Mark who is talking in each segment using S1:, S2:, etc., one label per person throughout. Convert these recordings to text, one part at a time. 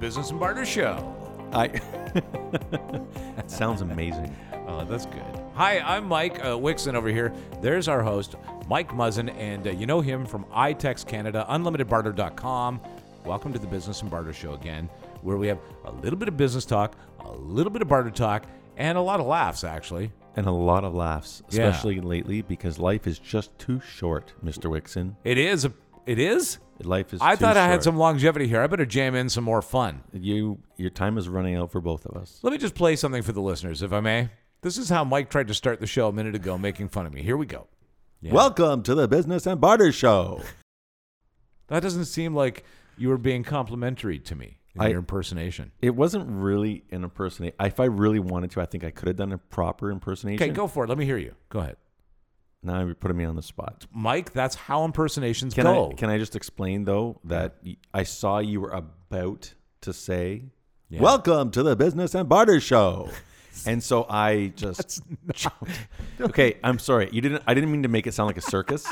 S1: Business and Barter Show.
S2: I. that sounds amazing.
S1: Oh, that's good. Hi, I'm Mike uh, Wixon over here. There's our host, Mike Muzzin, and uh, you know him from iTex Canada, unlimitedbarter.com. Welcome to the Business and Barter Show again, where we have a little bit of business talk, a little bit of barter talk, and a lot of laughs, actually.
S2: And a lot of laughs,
S1: Yeah.
S2: especially lately because life is just too short, Mr. Wixon.
S1: It is. A, it is?
S2: Life is.
S1: I
S2: too
S1: thought I had
S2: short.
S1: some longevity here. I better jam in some more fun.
S2: You, your time is running out for both of us.
S1: Let me just play something for the listeners, if I may. This is how Mike tried to start the show a minute ago, making fun of me. Here we go. Yeah.
S2: Welcome to the Business and Barter Show.
S1: That doesn't seem like you were being complimentary to me in
S2: I-
S1: your impersonation.
S2: It wasn't really an impersonation. If I really wanted to, I think I could have done a proper impersonation.
S1: Okay, go for it. Let me hear you. Go ahead.
S2: Now you're putting me on the spot.
S1: Mike, that's how impersonations
S2: Can
S1: go.
S2: I can I just explain though that y- I saw you were about to say,
S1: Yeah.
S2: "Welcome to the Business and Barter Show," and so I just okay. I'm sorry. You didn't. I didn't mean to make it sound like a circus,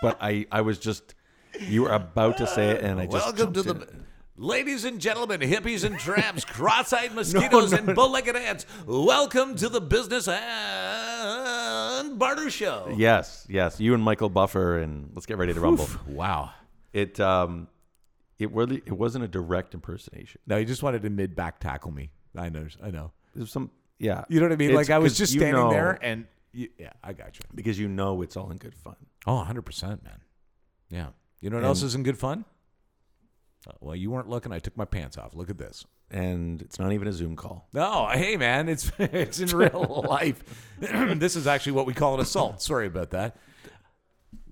S2: but I I was just you were about to say it, and I just
S1: Welcome to
S2: jumped
S1: the.
S2: in.
S1: Ladies and gentlemen, hippies and tramps, cross-eyed mosquitoes and bow-legged ants, welcome to the Business and Barter Show.
S2: Yes, yes. You and Michael Buffer, and let's get ready to rumble.
S1: Wow.
S2: It um, it really it wasn't a direct impersonation.
S1: No, he just wanted to mid back tackle me. I know. I know.
S2: There's some yeah.
S1: You know what I mean?
S2: It's
S1: like I was
S2: 'cause
S1: just
S2: you
S1: standing
S2: know-
S1: there, and you, yeah, I got you.
S2: because you know it's all in good fun.
S1: Oh, 100 percent, man. Yeah. You know what else
S2: And-
S1: isn't good fun? Uh, well, you weren't looking. I took my pants off. Look at this.
S2: and it's not even a Zoom call.
S1: No, hey man, it's it's in real life. this is actually what we call an assault. Sorry about that.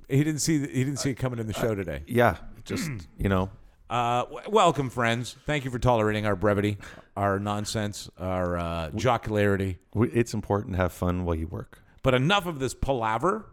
S1: He didn't see he didn't see it coming in the show today.
S2: Yeah, just you know,
S1: Uh, w- welcome, friends. Thank you for tolerating our brevity, our nonsense, our uh, jocularity.
S2: we, it's important to have fun while you work.
S1: But enough of this palaver.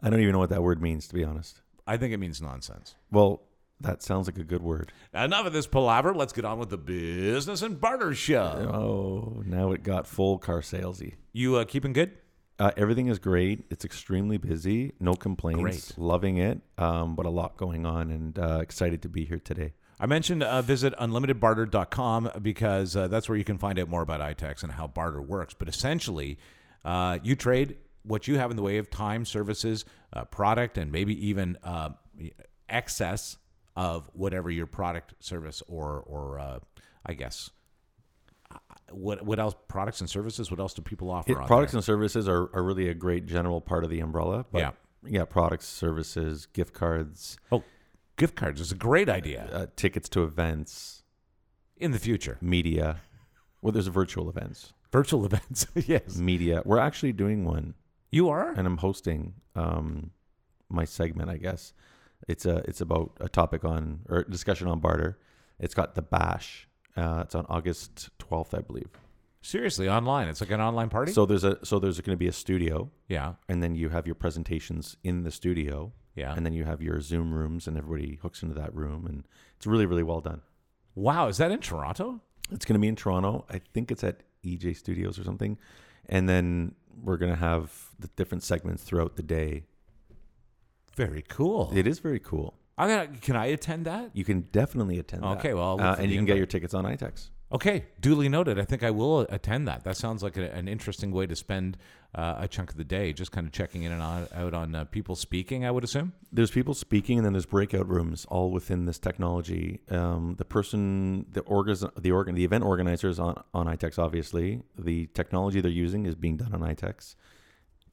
S2: I don't even know what that word means, to be honest.
S1: I think it means nonsense.
S2: Well, that sounds like a good word.
S1: Enough of this palaver. Let's get on with the business and barter show.
S2: Oh, now it got full car salesy.
S1: You uh, keeping good?
S2: Uh, everything is great. It's extremely busy. No complaints.
S1: Great.
S2: Loving it. Um, but a lot going on, and uh, excited to be here today.
S1: I mentioned uh, visit unlimitedbarter.com because uh, that's where you can find out more about iTex and how barter works. But essentially, uh, you trade what you have in the way of time, services, uh, product, and maybe even uh, excess of whatever your product, service, or or uh, I guess uh, what what else products and services? What else do people offer?
S2: It-
S1: on
S2: products
S1: there?
S2: and services are, are really a great general part of the umbrella. But
S1: Yeah.
S2: yeah, products, services, gift cards,
S1: oh, gift cards is a great idea
S2: uh, tickets to events,
S1: in the future.
S2: media. Well, there's virtual events.
S1: Virtual events, yes.
S2: media. We're actually doing one,
S1: You are.
S2: and I'm hosting um, my segment. I guess it's a it's about a topic on or a discussion on barter. It's got the bash. Uh, it's on August 12th, I believe.
S1: Seriously, online. It's like an online party.
S2: So there's a so there's going to be a studio,
S1: yeah,
S2: and then you have your presentations in the studio,
S1: yeah.
S2: and then you have your Zoom rooms, and everybody hooks into that room, and it's really really well done.
S1: Wow, is that in Toronto?
S2: It's going to be in Toronto. I think it's at EJ Studios or something, and then we're going to have the different segments throughout the day.
S1: Very cool.
S2: It is very cool.
S1: I gotta, can I attend that?
S2: You can definitely attend. that.
S1: Okay, well, I'll look
S2: uh,
S1: for
S2: and
S1: the
S2: you can get
S1: invite.
S2: your tickets on E iTex.
S1: Okay, duly noted. I think I will attend that. That sounds like a, an interesting way to spend uh, a chunk of the day, just kind of checking in and on, out on uh, people speaking. I would assume.
S2: There's people speaking, and then there's breakout rooms, all within this technology. Um, the person, the orgas, the organ, the event organizers on on iTex. Obviously, the technology they're using is being done on iTex,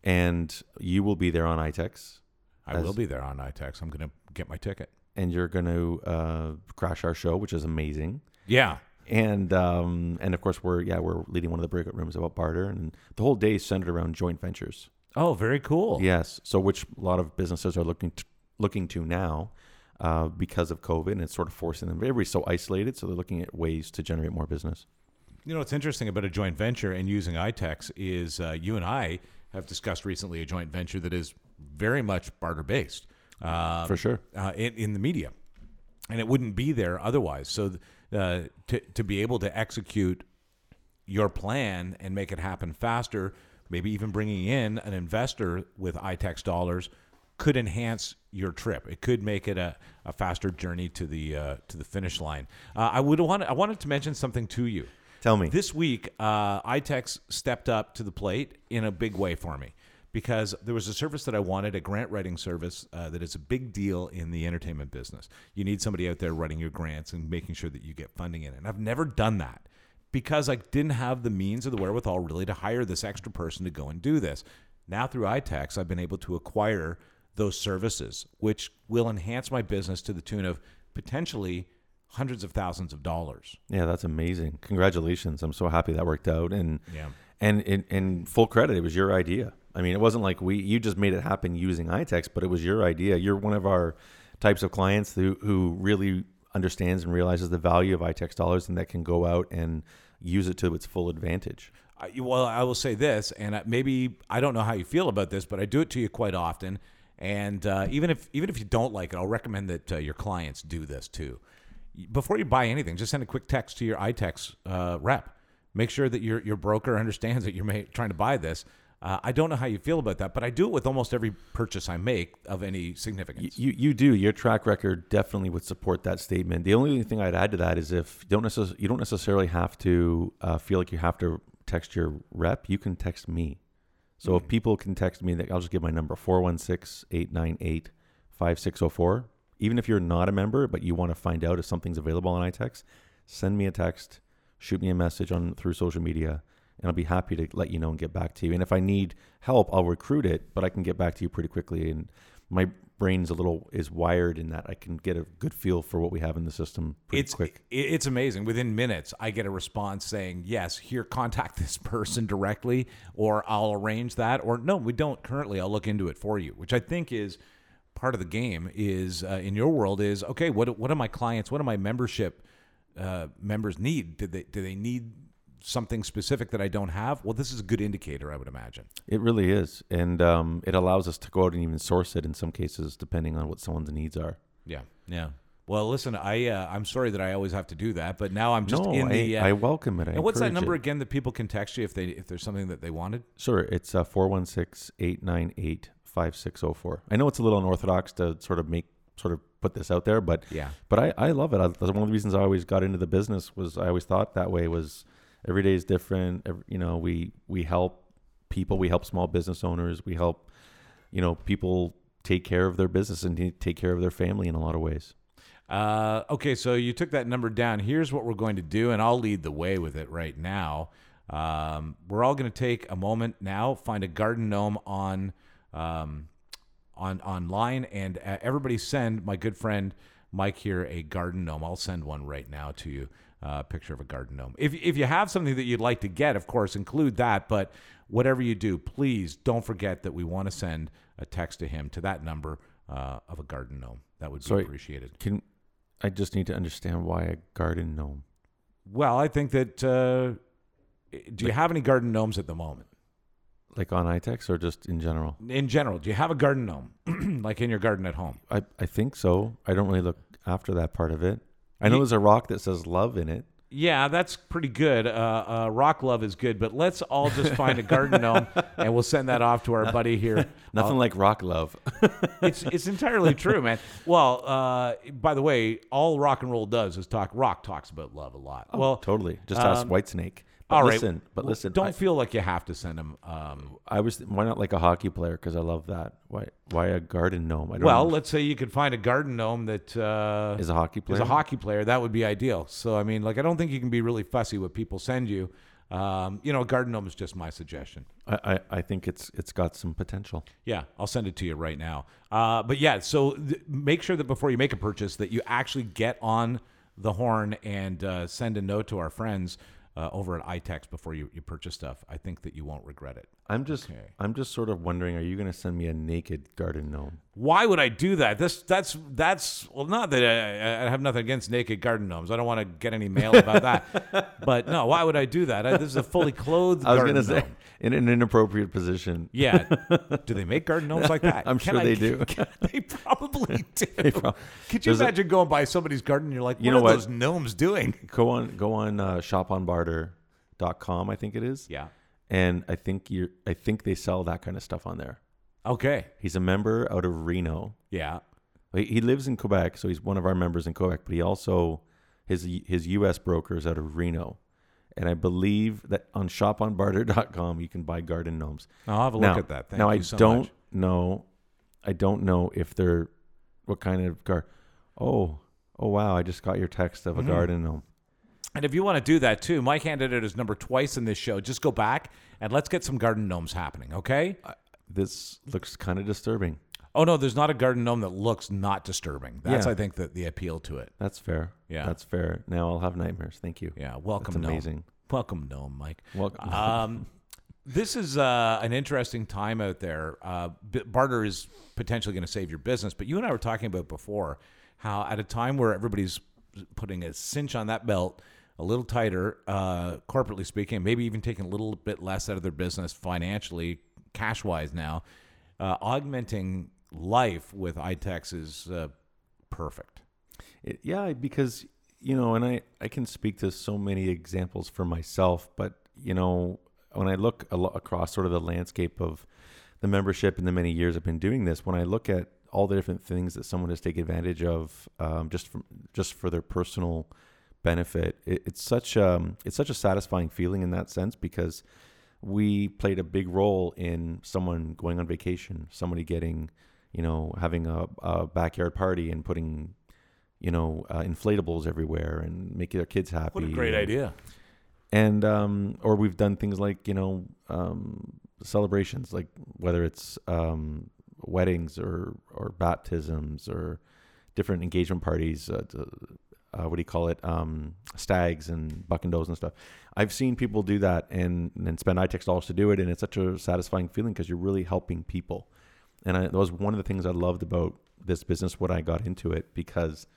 S2: and you will be there on E iTex,
S1: I
S2: As-
S1: will be there on iTex. I'm gonna get my ticket.
S2: and you're going to uh, crash our show, which is amazing.
S1: Yeah,
S2: And um, and of course, we're yeah we're leading one of the breakout rooms about barter, and the whole day is centered around joint ventures.
S1: Oh, very cool.
S2: Yes. So, which a lot of businesses are looking to, looking to now uh, because of COVID, and it's sort of forcing them. Everybody's so isolated, so they're looking at ways to generate more business.
S1: You know what's interesting about a joint venture and using iTex is uh, you and I have discussed recently a joint venture that is very much barter based. Uh,
S2: For sure.
S1: uh, in, in the media, and it wouldn't be there otherwise. So th- uh, to to be able to execute your plan and make it happen faster, maybe even bringing in an investor with iTex E dollars could enhance your trip. It could make it a, a faster journey to the uh, to the finish line. Uh, I would want I wanted to mention something to you.
S2: Tell me.
S1: This week, uh, iTex stepped up to the plate in a big way for me because there was a service that I wanted, a grant writing service uh, that is a big deal in the entertainment business. You need somebody out there writing your grants and making sure that you get funding in it. And I've never done that because I didn't have the means or the wherewithal really to hire this extra person to go and do this. Now through iTax, I've been able to acquire those services, which will enhance my business to the tune of potentially hundreds of thousands of dollars.
S2: Yeah, that's amazing. Congratulations. I'm so happy that worked out. And
S1: Yeah.
S2: and in, in full credit, it was your idea. I mean, it wasn't like we you just made it happen using iText, but it was your idea. You're one of our types of clients who who really understands and realizes the value of iText dollars and that can go out and use it to its full advantage.
S1: I, well, I will say this, and I- maybe I don't know how you feel about this, but I do it to you quite often. And uh, even if even if you don't like it, I'll recommend that uh, your clients do this too. Before you buy anything, just send a quick text to your iTex uh, rep. Make sure that your your broker understands that you're ma- trying to buy this. Uh, I don't know how you feel about that, but I do it with almost every purchase I make of any significance.
S2: You you do your track record definitely would support that statement. The only thing I'd add to that is if you don't necess- you don't necessarily have to uh, feel like you have to text your rep. You can text me. So if people can text me, that I'll just give my number 416-898-5604. Even if you're not a member but you want to find out if something's available on iText, send me a text, shoot me a message on through social media, and I'll be happy to let you know and get back to you. And if I need help, I'll recruit it, but I can get back to you pretty quickly. And my brain's a little is wired in that I can get a good feel for what we have in the system pretty
S1: it's
S2: quick.
S1: i- it's amazing. Within minutes, I get a response saying, "Yes, here, contact this person directly, or I'll arrange that." Or no, we don't currently. I'll look into it for you, which I think is part of the game. Is uh, in your world is okay. What what do my clients? What do my membership uh, members need? Do they do they need something specific that I don't have? Well, this is a good indicator, I would imagine.
S2: It really is, and um, it allows us to go out and even source it in some cases, depending on what someone's needs are.
S1: Yeah, yeah. Well, listen, I uh, I'm sorry that I always have to do that, but now I'm just
S2: no,
S1: in
S2: I,
S1: the. Uh,
S2: I welcome it. I
S1: and what's that
S2: encourage
S1: number
S2: It.
S1: again that people can text you if they if there's something that they wanted?
S2: Sure, it's uh, 416-898-5604. I know it's a little unorthodox to sort of make sort of put this out there, but
S1: Yeah.
S2: but I, I love it. I, that's one of the reasons I always got into the business was I always thought that way was every day is different. Every, you know, we we help people, we help small business owners, we help you know people take care of their business and t- take care of their family in a lot of ways.
S1: Uh, okay, so you took that number down. Here's what we're going to do, and I'll lead the way with it right now. Um, we're all going to take a moment now, find a garden gnome on um, on online, and uh, everybody send my good friend Mike here a garden gnome. I'll send one right now to you. Uh, picture of a garden gnome. If if you have something that you'd like to get, of course, include that. But whatever you do, please don't forget that we want to send a text to him to that number uh, of a garden gnome. That would be
S2: Sorry.
S1: appreciated.
S2: Can I just need to understand why a garden gnome?
S1: Well, I think that. Uh, do you have any garden gnomes at the moment?
S2: Like on iTex or just in general?
S1: In general, do you have a garden gnome, like in your garden at home?
S2: I, I think so. I don't really look after that part of it. I know
S1: Ye-
S2: there's a rock that says love in it.
S1: Yeah, that's pretty good. Uh, uh, rock love is good, but let's all just find a garden gnome and we'll send that off to our buddy here. Um,
S2: Nothing
S1: Oh.
S2: like rock love.
S1: It's it's entirely true, man. Well, uh, by the way, all rock and roll does is talk. Rock talks about love a lot. well, um,
S2: totally. Just ask Whitesnake. But
S1: all right.
S2: listen, but
S1: Well,
S2: listen,
S1: Don't
S2: I,
S1: feel like you have to send him. Um,
S2: I was why not like a hockey player because I love that. Why why a garden gnome? I don't
S1: well,
S2: know.
S1: let's say you could find a garden gnome that uh,
S2: is a hockey player.
S1: as a hockey player, that would be ideal. So I mean, like I don't think you can be really fussy what people send you. Um, you know, garden gnome is just my suggestion.
S2: I, I I think it's it's got some potential.
S1: Yeah, I'll send it to you right now. Uh, but yeah, so th- make sure that before you make a purchase, that you actually get on the horn and uh, send a note to our friends uh, over at iText before you, you purchase stuff. I think that you won't regret it.
S2: I'm just I'm just sort of wondering, are you going to send me a naked garden gnome?
S1: Why would I do that? This that's that's well, not that I, I have nothing against naked garden gnomes. I don't want to get any mail about that. but no, why would I do that? I, this is a fully clothed.
S2: I was
S1: garden
S2: going to say
S1: gnome.
S2: in an inappropriate position.
S1: Yeah. Do they make garden gnomes like that?
S2: I'm
S1: Can
S2: sure
S1: I-
S2: they do.
S1: they probably do.
S2: prob-
S1: Could you
S2: There's a-
S1: imagine going by somebody's garden and you're like, what
S2: You
S1: are
S2: know what?
S1: those gnomes doing?
S2: Go on go on uh, shoponbarter.com, I think it is.
S1: Yeah.
S2: and I think you are I think they sell that kind of stuff on there.
S1: Okay.
S2: He's a member out of Reno.
S1: Yeah.
S2: He he lives in Quebec, so he's one of our members in Quebec. But he also his his U.S. broker is out of Reno, and I believe that on shoponbarter.com you can buy garden gnomes.
S1: I'll have a look
S2: now,
S1: at that. Thank
S2: now
S1: you
S2: I
S1: so
S2: don't
S1: much.
S2: know. I don't know if they're what kind of gar. Oh, oh wow! I just got your text of a
S1: Mm-hmm.
S2: garden gnome.
S1: And if you want to do that too, Mike handed out his number twice in this show. Just go back and let's get some garden gnomes happening, okay?
S2: This looks kind of disturbing.
S1: Oh no, there's not a garden gnome that looks not disturbing. That's
S2: Yeah.
S1: I think the, the appeal to it.
S2: That's fair.
S1: Yeah.
S2: that's fair. Now I'll have nightmares. Thank you.
S1: Yeah, welcome
S2: that's
S1: gnome.
S2: amazing.
S1: Welcome gnome, Mike.
S2: Welcome.
S1: Um, this is uh, an interesting time out there. Uh, b- barter is potentially going to save your business, but you and I were talking about before how at a time where everybody's putting a cinch on that belt a little tighter, uh, corporately speaking, maybe even taking a little bit less out of their business financially, cash wise now, uh, augmenting life with iTex is uh, perfect.
S2: It, yeah, because you know, and I I can speak to so many examples for myself, but you know, when I look a lo- across sort of the landscape of the membership and the many years I've been doing this, when I look at all the different things that someone has taken advantage of, um, just from, just for their personal benefit, it, it's such um it's such a satisfying feeling in that sense because we played a big role in someone going on vacation, somebody getting, you know, having a, a backyard party and putting, you know, uh, inflatables everywhere and making their kids happy. and,
S1: idea.
S2: And um, or we've done things like you know um, celebrations, like whether it's um, weddings or or baptisms or different engagement parties. Uh, to, uh, what do you call it? Um, stags and buck and does and stuff. I've seen people do that and and then spend iTech dollars to do it, and it's such a satisfying feeling because you're really helping people. And I, that was one of the things I loved about this business when I got into it because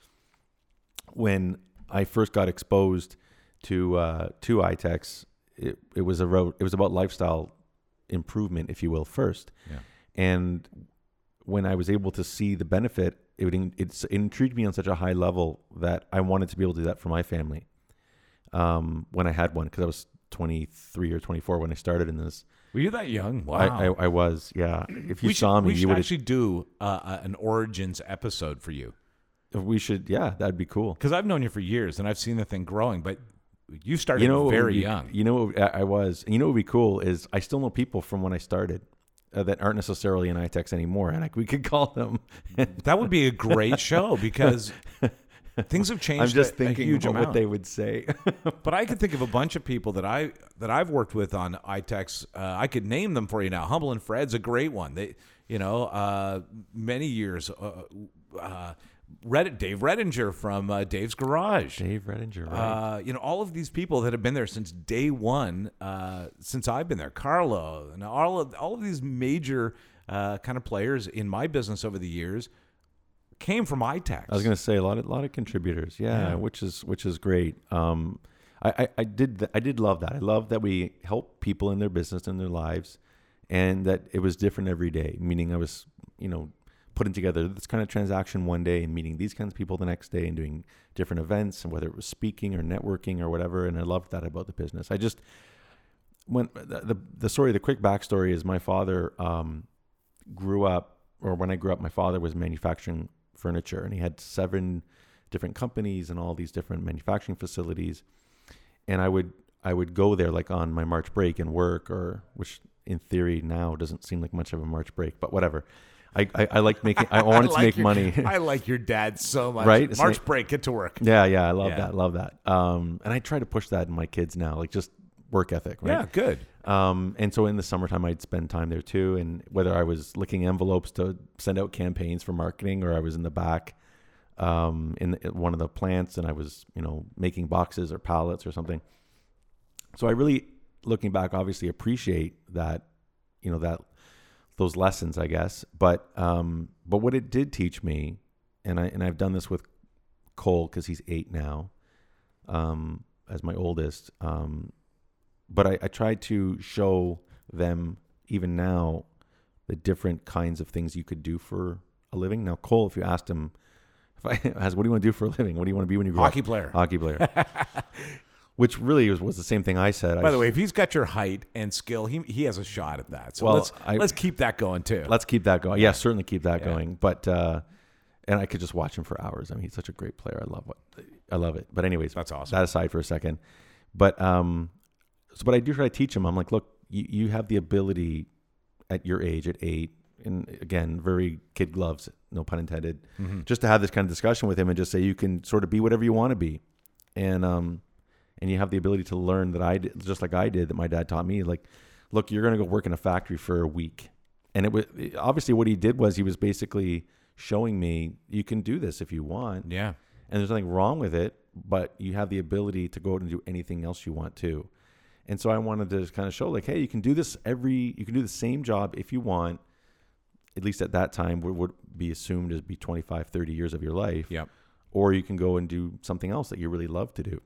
S2: when I first got exposed to uh, to iTechs, it, it was a road, it was about lifestyle improvement, if you will, first.
S1: Yeah.
S2: And when I was able to see the benefit, it would in, it's, it intrigued me on such a high level that I wanted to be able to do that for my family um, when I had one because I was 23 or 24 when I started in this.
S1: Were you that young? Wow.
S2: I, I, I was, yeah. If you
S1: we
S2: saw
S1: should,
S2: me,
S1: we
S2: you
S1: should
S2: would.
S1: actually do uh, uh, an origins episode for you.
S2: we should, yeah, that'd be cool.
S1: because I've known you for years and I've seen the thing growing, but you started
S2: you know, what would
S1: very
S2: be-
S1: young.
S2: You know, what I I was. You know, what would be cool is I still know people from when I started uh, that aren't necessarily in iTechs anymore, and like we could call them.
S1: that would be a great show because things have changed.
S2: I'm just
S1: a- a
S2: thinking
S1: huge
S2: what,
S1: amount.
S2: what they would say.
S1: But I could think of a bunch of people that I that I've worked with on iTex. Uh, I could name them for you now. Humble and Fred's a great one. They, you know, uh, many years. Uh, uh, Reddit, Dave Redinger from uh, Dave's Garage.
S2: Dave Redinger, right?
S1: Uh, you know, all of these people that have been there since day one, uh, since I've been there, Carlo, and all of all of these major uh, kind of players in my business over the years came from E iTax.
S2: I was going to say a lot of lot of contributors, yeah,
S1: Yeah.
S2: which is which is great. Um, I, I I did th- I did love that. I love that we help people in their business and their lives, and that it was different every day. Meaning, I was you know putting together this kind of transaction one day and meeting these kinds of people the next day and doing different events and whether it was speaking or networking or whatever. And I loved that about the business. I just when the the, the story, the quick backstory is my father um, grew up, or when I grew up, my father was manufacturing furniture, and he had seven different companies and all these different manufacturing facilities. And I would I would go there like on my March break and work, or which in theory now doesn't seem like much of a March break, but whatever. I I, I liked making. I wanted to make
S1: your,
S2: money.
S1: I like your dad so much.
S2: Right? It's
S1: March
S2: like-
S1: break, get to work.
S2: yeah, yeah, I love
S1: Yeah.
S2: that. Love that. Um, and I try to push that in my kids now, like just work ethic. Right?
S1: Yeah, good.
S2: Um, and so in the summertime, I'd spend time there too. And whether I was licking envelopes to send out campaigns for marketing, or I was in the back um, in the, at one of the plants and I was, you know, making boxes or pallets or something. So I really, looking back, obviously appreciate that, you know, that those lessons, I guess. But um, but what it did teach me, and I and I've done this with Cole because he's eight now, um, as my oldest. Um, but I, I try to show them even now the different kinds of things you could do for a living. Now, Cole, if you asked him, if I asked, what do you want to do for a living? What do you want to be when you grow
S1: Hockey
S2: up?
S1: player.
S2: Hockey player. which really was, was the same thing I said.
S1: By
S2: I
S1: the way, if he's got your height and skill, he he has a shot at that. So
S2: Well,
S1: let's
S2: I-
S1: let's keep that going too.
S2: Let's keep that going. Yeah, certainly keep that going. But uh, and I could just watch him for hours. I mean, he's such a great player. I love what I love it. But anyways,
S1: That's awesome.
S2: That aside for a second, but um, so but I do try to teach him. I'm like, look, you, you have the ability at your age, at eight, and again, very kid gloves, no pun intended, just to have this kind of discussion with him and just say you can sort of be whatever you want to be, and um, and you have the ability to learn that I did, just like I did that my dad taught me. Like, look, you're going to go work in a factory for a week, and it was obviously what he did was he was basically showing me you can do this if you want,
S1: yeah.
S2: and there's nothing wrong with it, but you have the ability to go out and do anything else you want to. And so I wanted to kind of show like, hey, you can do this every, you can do the same job if you want. At least at that time, what would be assumed as be 25, 30 years of your life
S1: Yep.
S2: or you can go and do something else that you really love to do.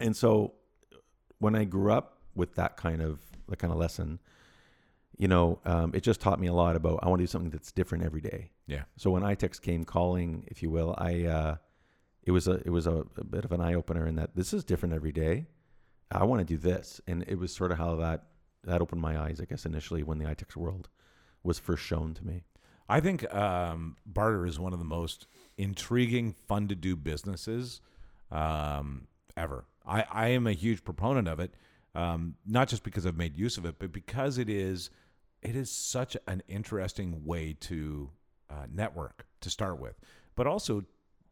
S2: And so when I grew up with that kind of that kind of lesson, you know, um, it just taught me a lot about I want to do something that's different every day.
S1: Yeah.
S2: So when iTex came calling, if you will, I uh, it was a it was a, a bit of an eye opener in that this is different every day. I want to do this, and it was sort of how that that opened my eyes, I guess, initially when the iTex world was first shown to me.
S1: I think um, barter is one of the most intriguing, fun to do businesses um, ever. I, I am a huge proponent of it, um, not just because I've made use of it, but because it is it is such an interesting way to uh, network to start with, but also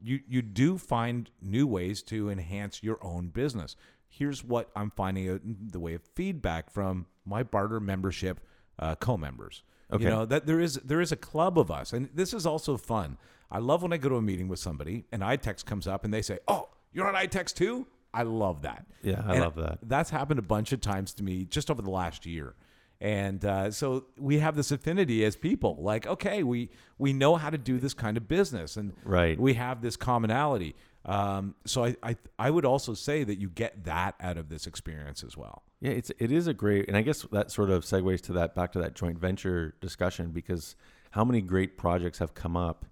S1: you you do find new ways to enhance your own business. Here's what I'm finding out in the way of feedback from my barter membership uh, co-members.
S2: Okay.
S1: You know, that there is there is a club of us, and this is also fun. I love when I go to a meeting with somebody and iText comes up and they say, "Oh, you're on iText too." I love that.
S2: Yeah, I
S1: And
S2: love that.
S1: That's happened a bunch of times to me just over the last year. And uh, so we have this affinity as people. Like, okay, we we know how to do this kind of business, and
S2: Right.
S1: we have this commonality. Um, so I, I I would also say that you get that out of this experience as well.
S2: Yeah, it's it is a great, and I guess that sort of segues to that back to that joint venture discussion because how many great projects have come up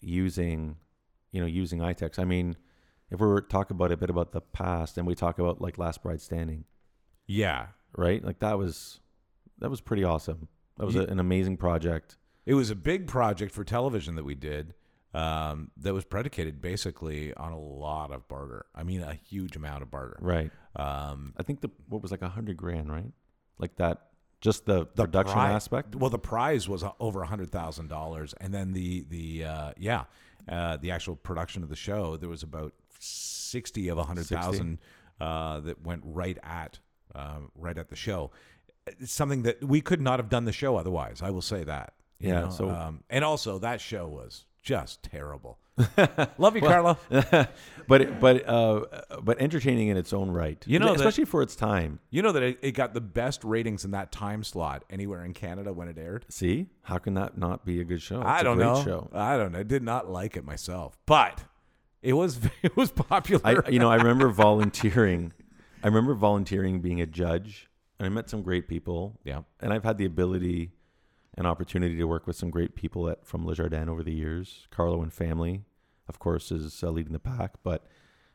S2: using, you know, using iTex. I mean, if we were to talk about a bit about the past, and we talk about like Last Bride Standing,
S1: Yeah,
S2: right? Like that was that was pretty awesome. That was a, an amazing project.
S1: It was a big project for television that we did um, that was predicated basically on a lot of barter. I mean, a huge amount of barter.
S2: Right.
S1: Um,
S2: I think the what was like a hundred grand, right? Like that, just the, production
S1: pri-
S2: aspect.
S1: Well, the prize was uh, over a hundred thousand dollars, and then the the uh, yeah uh, the actual production of the show there was about sixty of a hundred thousand uh, that went right at uh, right at the show. It's something that we could not have done the show otherwise. I will say that. you
S2: Yeah,
S1: know?
S2: so-
S1: um, and also that show was just terrible. Love you, Carla.
S2: but it- but uh, but entertaining in its own right.
S1: You know that-
S2: especially for its time.
S1: You know that it, it got the best ratings in that time slot anywhere in Canada when it aired.
S2: See, how can that not be a good show? It's
S1: I don't
S2: a great
S1: know.
S2: Show.
S1: I don't know. I did not like it myself, but it was it was popular.
S2: I, you know, I remember volunteering. I remember volunteering being a judge, and I met some great people.
S1: yeah.
S2: And I've had the ability and opportunity to work with some great people at from Jardin over the years. Carlo and family, of course, is uh, leading the pack. But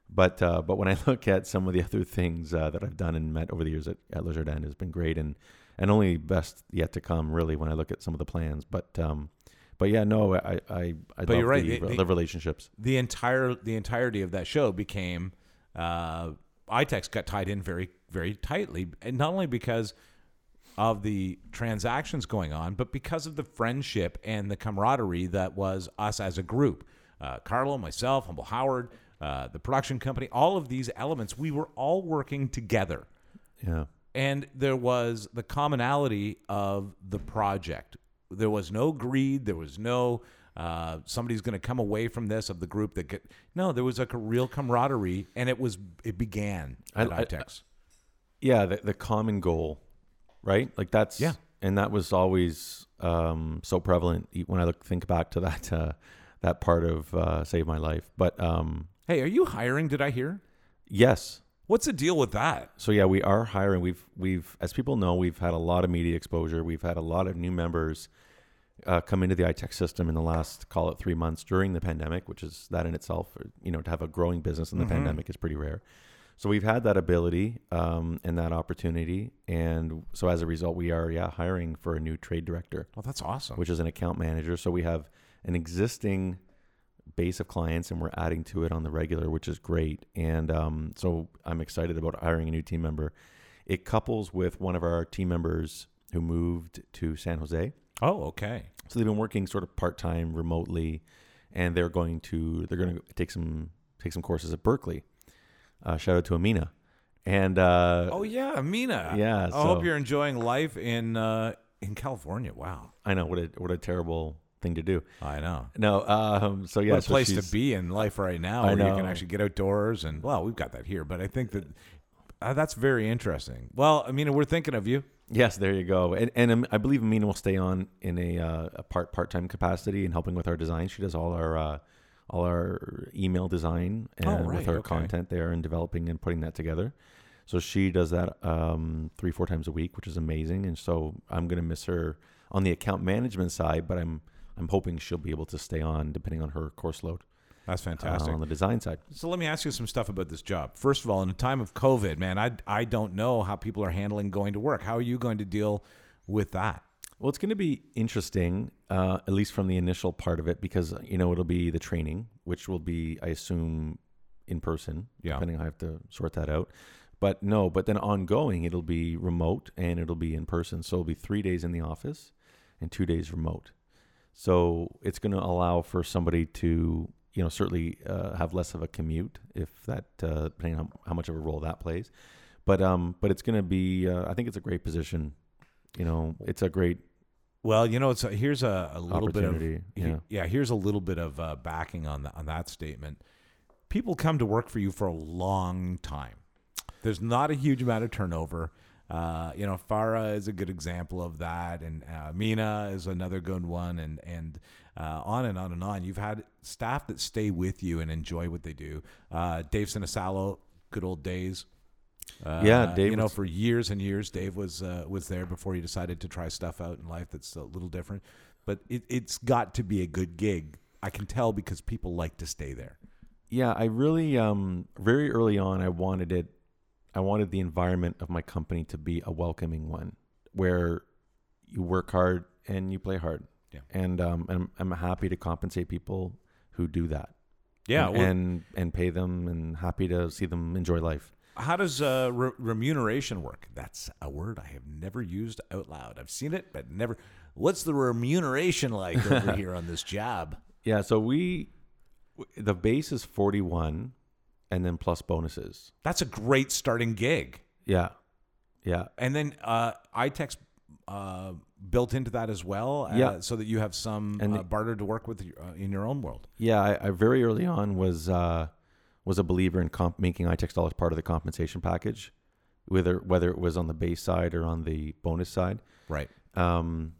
S2: but uh, but when I look at some of the other things uh, that I've done and met over the years at, at Le Jardin, has been great and and only best yet to come. Really, when I look at some of the plans, but um, but yeah, no, I I I
S1: But
S2: love
S1: you're right,
S2: the,
S1: they-
S2: the relationships.
S1: The entire the entirety of that show became uh iTex got tied in very very tightly, and not only because of the transactions going on, but because of the friendship and the camaraderie that was us as a group. Uh, Carlo, myself, Humble Howard, uh, the production company, all of these elements, we were all working together.
S2: Yeah.
S1: and there was the commonality of the project. There was no greed. There was no uh, somebody's going to come away from this of the group that get. No, there was like a real camaraderie, and it was it began
S2: I-
S1: at
S2: I-
S1: ITEX.
S2: yeah the, the common goal right like that's
S1: Yeah.
S2: and that was always um so prevalent e- when i look think back to that uh that part of uh save my life but um
S1: hey, are you hiring? Did I hear?
S2: yes
S1: What's the deal with that?
S2: so yeah we are hiring we've we've as people know we've had a lot of media exposure we've had a lot of new members uh, come into the itech system in the last call it uh, three months during the pandemic which is that in itself you know to have a growing business in the pandemic is pretty rare So we've had that ability um, and that opportunity, and so as a result, we are yeah hiring for a new trade director,
S1: Well, Oh, that's awesome.
S2: which is an account manager. So we have an existing base of clients, and we're adding to it on the regular, which is great. And um, so I'm excited about hiring a new team member. It couples with one of our team members who moved to San Jose.
S1: oh, okay.
S2: So they've been working sort of part time remotely, and they're going to they're going to take some take some courses at Berkeley. Uh, shout out to Amina, and uh,
S1: Oh yeah, Amina.
S2: Yeah,
S1: I hope
S2: so-
S1: you're enjoying life in uh, in California. Wow.
S2: I know what a what a terrible thing to do.
S1: I know.
S2: No, um, so yeah,
S1: what a
S2: so
S1: place to
S2: she's-
S1: be in life right now,
S2: I
S1: where you can
S2: know.
S1: actually get outdoors and well, we've got that here, but I think that uh, that's very interesting. Well, Amina, we're thinking of you.
S2: Yes, there you go. And, and um, I believe Amina will stay on in a, uh, a part part time capacity and helping with our design. She does all our uh, all our email design and
S1: Oh, right,
S2: with our
S1: okay.
S2: content there and developing and putting that together. So she does that um, three four times a week, which is amazing. And so I'm gonna miss her on the account management side, but I'm I'm hoping she'll be able to stay on depending on her course load
S1: That's
S2: uh,
S1: fantastic.
S2: on the design side.
S1: Um, So let me ask you some stuff about this job. First of all, in a time of COVID, man, I I don't know how people are handling going to work. How are you going to deal with that?
S2: Well, it's going to be interesting, uh, at least from the initial part of it, because uh, you know it'll be the training, which will be, I assume, in person.
S1: Yeah.
S2: Depending, I have to sort that out. But no, but then ongoing, it'll be remote and it'll be in person. So it'll be three days in the office and two days remote. So it's going to allow for somebody to, you know, certainly uh, have less of a commute if that, uh, depending on how much of a role that plays. But um, but it's going to be, uh, I think it's a great position. You know, it's a great
S1: Well, you know, it's a, here's a, a little bit of
S2: Opportunity, yeah.
S1: Here's a little bit of uh, backing on the, on that statement. People come to work for you for a long time. There's not a huge amount of turnover. Uh, you know, Farah is a good example of that, and uh, Mina is another good one, and and uh, on and on and on. You've had staff that stay with you and enjoy what they do. Uh, Dave Sinisalo, good old days. Uh,
S2: Yeah, Dave
S1: You know,
S2: was-
S1: for years and years, Dave was uh, was there before he decided to try stuff out in life that's a little different. But it, it's got to be a good gig. I can tell because people like to stay there.
S2: Yeah, I really um very early on I wanted it I wanted the environment of my company to be a welcoming one where you work hard and you play hard.
S1: Yeah.
S2: And um and I'm happy to compensate people who do that. and
S1: And, and
S2: and, and pay them and happy to see them enjoy life.
S1: how does uh, re- remuneration work? That's a word I have never used out loud. I've seen it, but never. What's the remuneration like over here on this job?
S2: Yeah, so we w- the base is 41 and then plus bonuses.
S1: That's a great starting gig.
S2: Yeah. Yeah.
S1: And then uh, iTech's uh, built into that as well, uh,
S2: Yeah.
S1: so that you have some
S2: And
S1: uh,
S2: the-
S1: barter to work with uh, in your own world.
S2: Yeah, I, I very early on was uh, was a believer in comp- making iTech dollars part of the compensation package, whether whether it was on the base side or on the bonus side.
S1: Right.
S2: Um,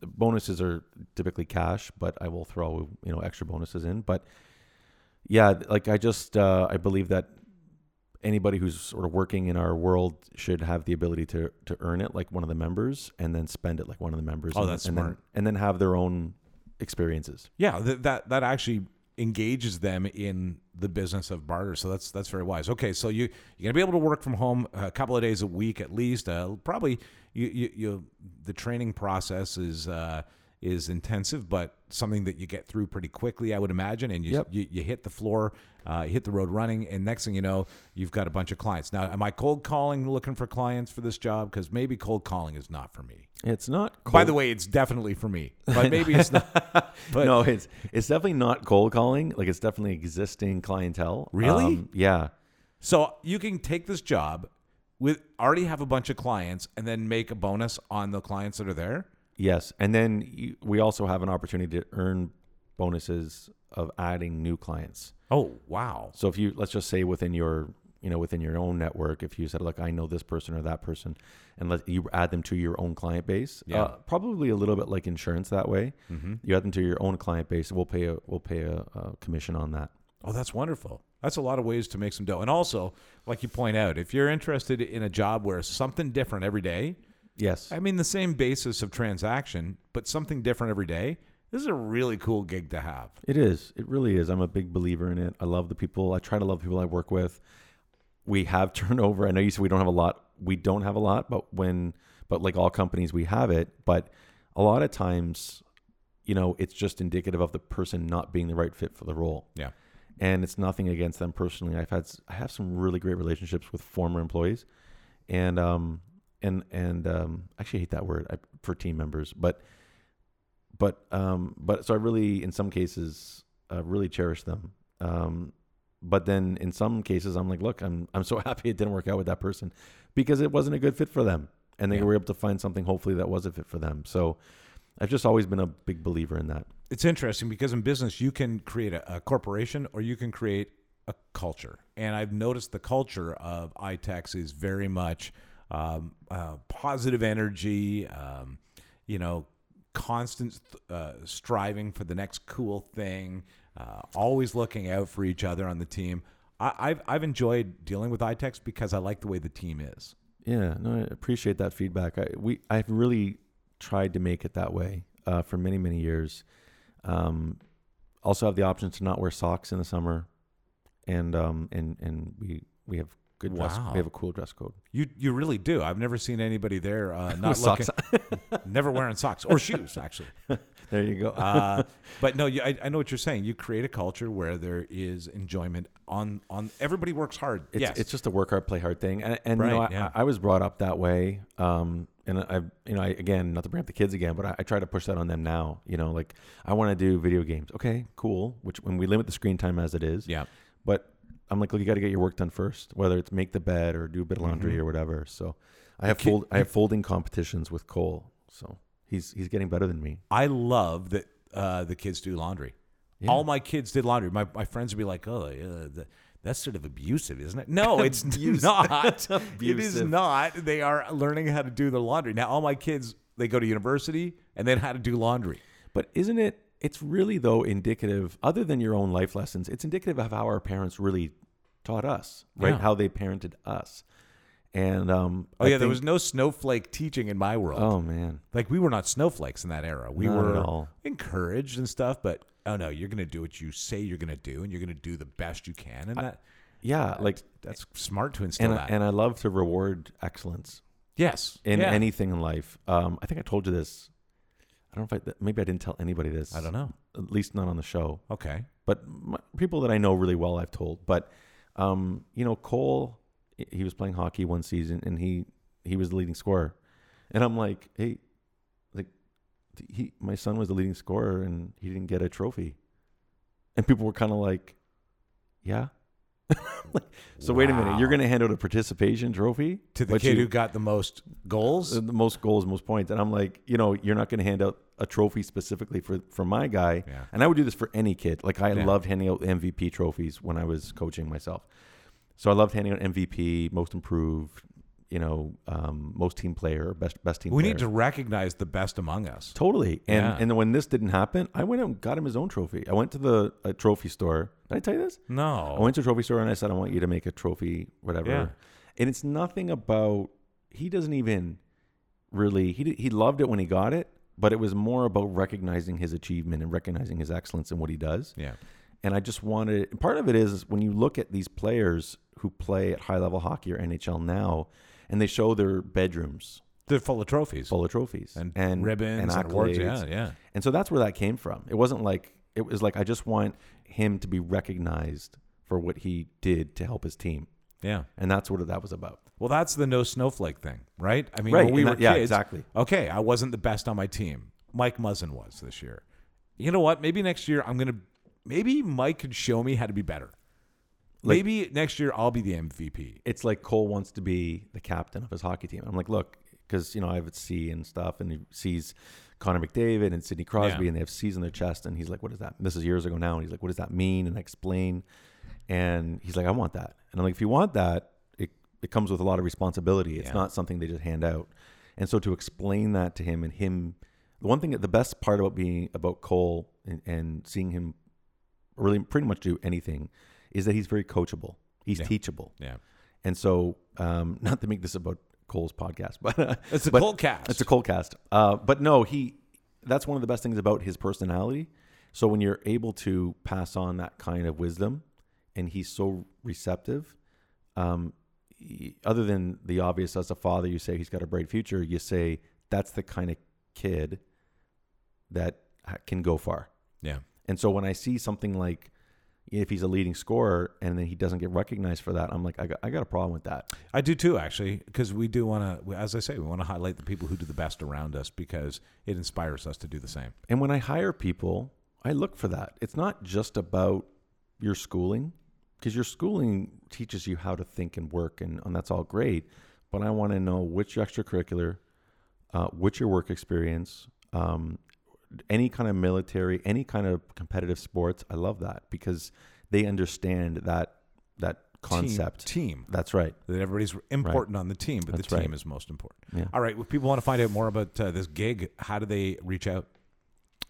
S2: the bonuses are typically cash, but I will throw you know extra bonuses in. But yeah, like I just uh, I believe that anybody who's sort of working in our world should have the ability to to earn it like one of the members, and then spend it like one of the members.
S1: Oh,
S2: and,
S1: that's
S2: and
S1: smart.
S2: Then, and then have their own experiences.
S1: Yeah, th- that that actually engages them in the business of barter. So that's that's very wise. Okay, so you you're gonna be able to work from home a couple of days a week at least. Uh, probably you, you you the training process is. Uh, is intensive, but something that you get through pretty quickly, I would imagine. And you
S2: Yep.
S1: you, you hit the floor, uh, hit the road running, and next thing you know, you've got a bunch of clients. Now, am I cold calling looking for clients for this job? Because maybe cold calling is not for me.
S2: It's not
S1: By the way, it's definitely for me, but maybe it's not. But
S2: no, it's it's definitely not cold calling. Like it's definitely existing clientele. Um,
S1: Really?
S2: yeah.
S1: So you can take this job with already have a bunch of clients and then make a bonus on the clients that are there.
S2: Yes. And then you, we also have an opportunity to earn bonuses of adding new clients.
S1: Oh wow!
S2: So if you let's just say within your you know within your own network, if you said look, I know this person or that person, and let you add them to your own client base. uh,
S1: Yeah. Mm-hmm.
S2: probably a little bit like insurance that way. You add them to your own client base. We'll pay a we'll pay a, a commission on that.
S1: Oh, that's wonderful. That's a lot of ways to make some dough. And also, like you point out, if you're interested in a job where something different every day,
S2: Yes.
S1: I mean the same basis of transaction, but something different every day, this is a really cool gig to have.
S2: It is. It really is. I'm a big believer in it. I love the people. I try to love the people I work with. we have turnover. I know you said we don't have a lot. We don't have a lot, but when but like all companies, we have it. But a lot of times, you know, it's just indicative of the person not being the right fit for the role.
S1: Yeah.
S2: And it's nothing against them personally. I've had s- I have some really great relationships with former employees, and um and and um I actually hate that word I, for team members, but but um but so I really in some cases uh, really cherish them. Um, but then in some cases I'm like, look, I'm I'm so happy it didn't work out with that person because it wasn't a good fit for them, and they
S1: Yeah.
S2: were able to find something hopefully that was a fit for them. So I've just always been a big believer in that.
S1: it's interesting because in business you can create a, a corporation or you can create a culture and i've noticed the culture of itex is very much um, uh, positive energy um, you know constant uh, striving for the next cool thing uh, always looking out for each other on the team I, I've, I've enjoyed dealing with itex because i like the way the team is
S2: Yeah, no, I appreciate that feedback. I we I've really tried to make it that way uh, for many many years. Um, also have the option to not wear socks in the summer, and um and and we we have good dress.
S1: Wow.
S2: We have a cool dress code.
S1: you, you really do. I've never seen anybody there uh, not
S2: With
S1: looking,
S2: socks.
S1: never wearing socks or shoes. Actually,
S2: there you go.
S1: uh, but no, you, I, I know what you're saying. You create a culture where there is enjoyment on on everybody works hard.
S2: it's,
S1: Uh, yes,
S2: it's just a work hard, play hard thing. And, and you know,
S1: Right,
S2: I,
S1: yeah.
S2: I was brought up that way. Um, and I, you know, I, again, not to bring up the kids again, but I, I try to push that on them now. You know, like I want to do video games. Okay, cool. Which when we limit the screen time as it is,
S1: yeah.
S2: but I'm like, look, you got to get your work done first, whether it's make the bed or do a bit of laundry
S1: Mm-hmm.
S2: or whatever. So I have
S1: kid-
S2: fold, I have folding competitions with Cole. So he's, he's getting better than me.
S1: I love that uh, the kids do laundry.
S2: Yeah.
S1: All my kids did laundry. My my friends would be like, oh, yeah, th- that's sort of abusive, isn't it? No, it's not. it is
S2: Abusive.
S1: not. They are learning how to do the laundry now. All my kids they go to university and then how to do laundry.
S2: But isn't it? It's really though indicative, other than your own life lessons, it's indicative of how our parents really taught us, right?
S1: Yeah.
S2: How they parented us. And um,
S1: Oh
S2: I
S1: yeah, there
S2: think-
S1: was no snowflake teaching in my world.
S2: Oh man,
S1: Like we were not snowflakes in that era. We
S2: Not at
S1: were
S2: all.
S1: encouraged and stuff, but oh no, you're going to do what you say you're going to do, and you're going to do the best you can, and that
S2: yeah, like
S1: that's smart to instill
S2: and I,
S1: that.
S2: and I love to reward excellence
S1: yes,
S2: in
S1: yeah.
S2: anything in life. Um, I think I told you this. I don't know if I, maybe I didn't tell anybody this.
S1: I don't know.
S2: At least not on the show.
S1: Okay,
S2: but my, people that I know really well, I've told. But um, you know, Cole, he- he was playing hockey one season, and he he was the leading scorer, and I'm like, hey, like he my son was the leading scorer, and he didn't get a trophy, and people were kind of like, yeah. Like, so wait a minute, you're
S1: Wow.
S2: going to hand out a participation trophy
S1: to the
S2: but
S1: kid
S2: you- uh,
S1: who got the most goals.
S2: the most goals, most points, and I'm like, you know, you're not going to hand out a trophy specifically for for my guy.
S1: Yeah.
S2: And I would do this for any kid. Like I
S1: Yeah.
S2: loved handing out MVP trophies when I was coaching myself. So I loved handing out MVP, most improved, you know, um, most team player, best best team.
S1: we
S2: player.
S1: need to recognize the best among us.
S2: totally. And
S1: Yeah.
S2: and when this didn't happen, I went out and got him his own trophy. I went to the uh, trophy store. Did I tell you this? I
S1: No,
S2: went to a trophy store and I said, I want you to make a trophy, whatever.
S1: Yeah.
S2: And it's nothing about, he doesn't even really, he, did- he loved it when he got it, but it was more about recognizing his achievement and recognizing his excellence in what he does.
S1: yeah,
S2: And I just wanted, and part of it is when you look at these players who play at high level hockey or NHL now, and they show their bedrooms
S1: they're full of trophies
S2: full of trophies
S1: and, ribbons and, awards.
S2: accolades.
S1: Yeah, yeah.
S2: And so that's where that came from. It wasn't like it was like I just want him to be recognized for what he did to help his team.
S1: Yeah.
S2: And that's what that was about.
S1: Well, that's the no snowflake thing, right? I mean,
S2: Right,
S1: when we
S2: and
S1: were
S2: that- yeah,
S1: kids,
S2: exactly.
S1: Okay, I wasn't the best on my team. Mike Muzzin was this year. You know what? Maybe next year I'm gonna. Maybe Mike could show me how to be better.
S2: Like-
S1: maybe next year I'll be the MVP.
S2: It's like Cole wants to be the captain of his hockey team. I'm like, look, because you know I have at sea and stuff, and he sees Connor McDavid and Sidney Crosby,
S1: Yeah.
S2: and they have C's in their chest, and he's like, what is that? This is years ago now, and he's like, what does that mean? And I explain, and he's like, I want that, and I'm like, if you want that, it it comes with a lot of responsibility. It's
S1: Yeah.
S2: not something they just hand out, and so to explain that to him and him, the one thing, the best part about being about Cole and, and seeing him really pretty much do anything is that he's very coachable. He's
S1: Yeah.
S2: teachable.
S1: Yeah,
S2: And so, um, not to make this about Cole's podcast, but uh,
S1: it's a
S2: but-
S1: cold cast.
S2: It's a Cole cast. Uh, but no, he. That's one of the best things about his personality. So when you're able to pass on that kind of wisdom, and he's so receptive, um, y- other than the obvious, as a father, you say he's got a bright future. You say that's the kind of kid that ha- can go far.
S1: Yeah.
S2: And so when I see something like if he's a leading scorer and then he doesn't get recognized for that, I'm like, I got, I got a problem with that.
S1: I do too, actually, because we do want to, as I say, we want to highlight the people who do the best around us because it inspires us to do the same.
S2: And when I hire people, I look for that. It's not just about your schooling, because your schooling teaches you how to think and work, and, and that's all great. But I want to know which your extracurricular, uh, which your work experience, um, any kind of military, any kind of competitive sports. I love that because they understand that that concept.
S1: Team. team.
S2: That's right.
S1: That everybody's important on the team, but
S2: That's
S1: the
S2: right.
S1: team is most important.
S2: Yeah.
S1: All right. Well, if people want to find out more about uh, this gig, how do they reach out?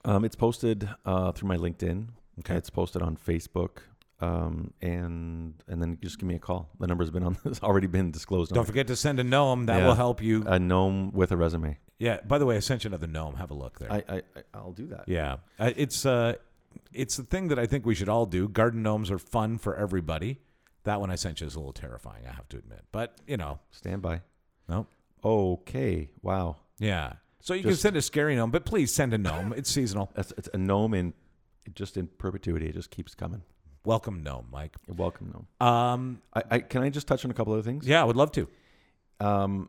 S2: Um, it's posted uh, through my LinkedIn.
S1: Okay.
S2: It's posted on Facebook. Um, and and then just give me a call. The number's been on. It's already been disclosed.
S1: Don't
S2: On
S1: forget to send a gnome. That
S2: Yeah.
S1: will help you.
S2: a gnome with a resume.
S1: yeah. By the way, I sent you another gnome. Have a look there.
S2: I, I I- I'll do that.
S1: Yeah, uh, it's uh, it's the thing that I think we should all do. Garden gnomes are fun for everybody. That one I sent you is a little terrifying, I have to admit. But you know,
S2: Stand by.
S1: no,
S2: Okay. Wow.
S1: yeah. So you can
S2: Just-
S1: send a scary gnome, but please send a gnome. It's seasonal.
S2: That's it's a gnome in just in perpetuity. It just keeps coming.
S1: Welcome gnome, Mike.
S2: You're welcome gnome.
S1: Um,
S2: I, I can I just touch on a couple other things.
S1: yeah, I would love to.
S2: um,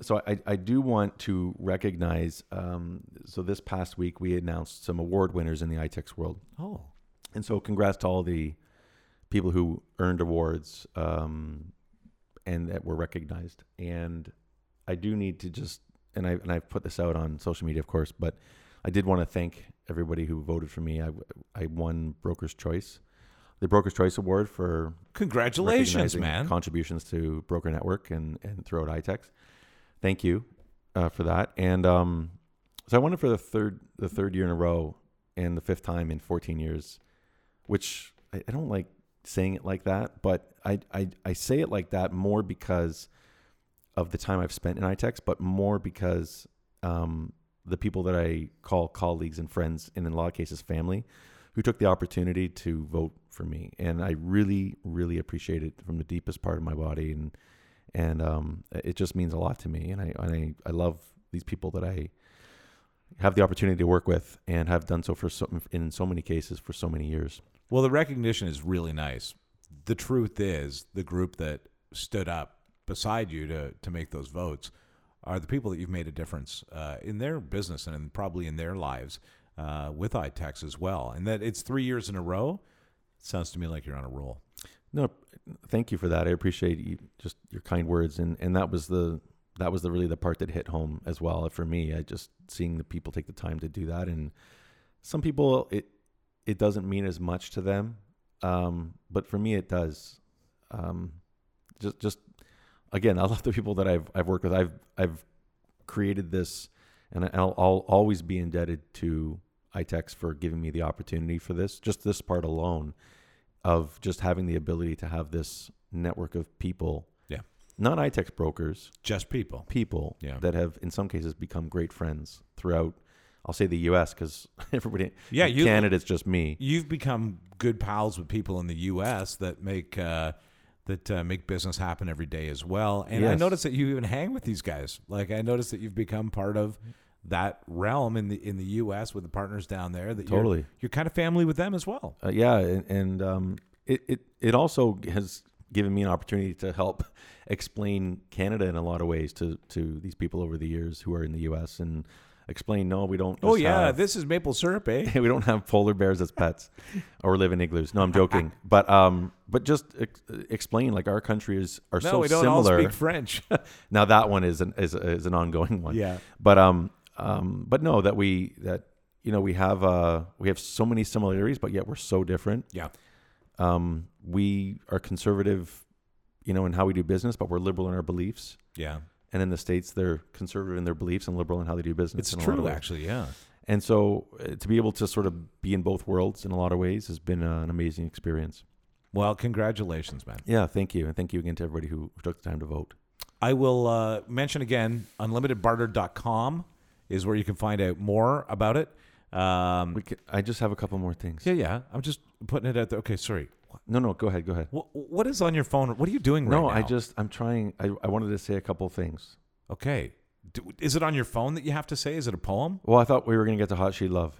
S2: so I, I do want to recognize. Um, so this past week we announced some award winners in the iTechs world.
S1: Oh,
S2: And so, congrats to all the people who earned awards um, and that were recognized. And I do need to just and I and I've put this out on social media, of course, but I did want to thank everybody who voted for me. I I won Broker's Choice, the Broker's Choice Award for
S1: congratulations,
S2: recognizing
S1: man.
S2: Contributions to Broker Network and and throughout iTechs. Thank you uh, for that. And um, so I won it for the third the third year in a row and the fifth time in 14 years, which I, I don't like saying it like that, but I, I I say it like that more because of the time I've spent in iTechs, but more because um, the people that I call colleagues and friends, and in a lot of cases family, who took the opportunity to vote for me, and I really, really appreciate it from the deepest part of my body, and and um, it just means a lot to me, and I and I, I love these people that I have the opportunity to work with, and have done so for so in so many cases for so many years.
S1: Well, the recognition is really nice. The truth is, the group that stood up beside you to to make those votes are the people that you've made a difference uh, in their business and in, probably in their lives uh, with iTex as well. And that it's three years in a row sounds to me like you're on a roll.
S2: No, thank you for that. I appreciate you just your kind words, and and that was the that was the really the part that hit home as well for me. I just seeing the people take the time to do that, and some people it it doesn't mean as much to them, um, but for me it does. Um, just just again, I love the people that I've I've worked with. I've I've created this, and I'll, I'll always be indebted to iTex E for giving me the opportunity for this. Just this part alone of just having the ability to have this network of people,
S1: Yeah.
S2: not iTex brokers,
S1: Just people.
S2: people
S1: Yeah.
S2: that have in some cases become great friends throughout. I'll say the U.S. because everybody,
S1: Yeah,
S2: in
S1: you-
S2: Canada, it's just me.
S1: You've become good pals with people in the U.S. that make. Uh, that uh, make business happen every day as well, and I
S2: Yes.
S1: noticed that you even hang with these guys. Like I noticed that you've become part of that realm in the in the U.S. with the partners down there. That you're,
S2: Totally.
S1: you're kind of family with them as well.
S2: Uh, yeah, and, and um, it, it it also has given me an opportunity to help explain Canada in a lot of ways to to these people over the years who are in the U.S. and explain no, we don't.
S1: Oh
S2: just
S1: yeah,
S2: have-
S1: this is maple syrup, eh?
S2: we don't have polar bears as pets or live in igloos. No, I'm joking. But um, but just ex- explain like our countries are
S1: No,
S2: so
S1: we don't
S2: similar.
S1: all speak French.
S2: now that one is an is, is an ongoing one.
S1: Yeah.
S2: But um um but no that we that you know we have uh we have so many similarities but yet we're so different.
S1: yeah,
S2: Um we are conservative you know in how we do business but we're liberal in our beliefs.
S1: yeah,
S2: And in the states they're conservative in their beliefs and liberal in how they do business.
S1: it's
S2: in a lot of
S1: true
S2: ways.
S1: actually. Yeah,
S2: And so uh, to be able to sort of be in both worlds in a lot of ways has been uh, an amazing experience.
S1: well, congratulations, man.
S2: Yeah, thank you. And thank you again to everybody who, who took the time to vote.
S1: I will uh, mention again, unlimitedbarter.com is where you can find out more about it. Um,
S2: We could, I just have a couple more things.
S1: yeah, yeah. I'm just putting it out there. Okay, sorry. What?
S2: No, no, go ahead, go ahead.
S1: Wh- what is on your phone? What are you doing right
S2: no,
S1: now?
S2: I just I'm trying. I, I wanted to say a couple things.
S1: Okay. Do, is it on your phone that you have to say? Is it a poem?
S2: Well, I thought we were gonna get to hot she love.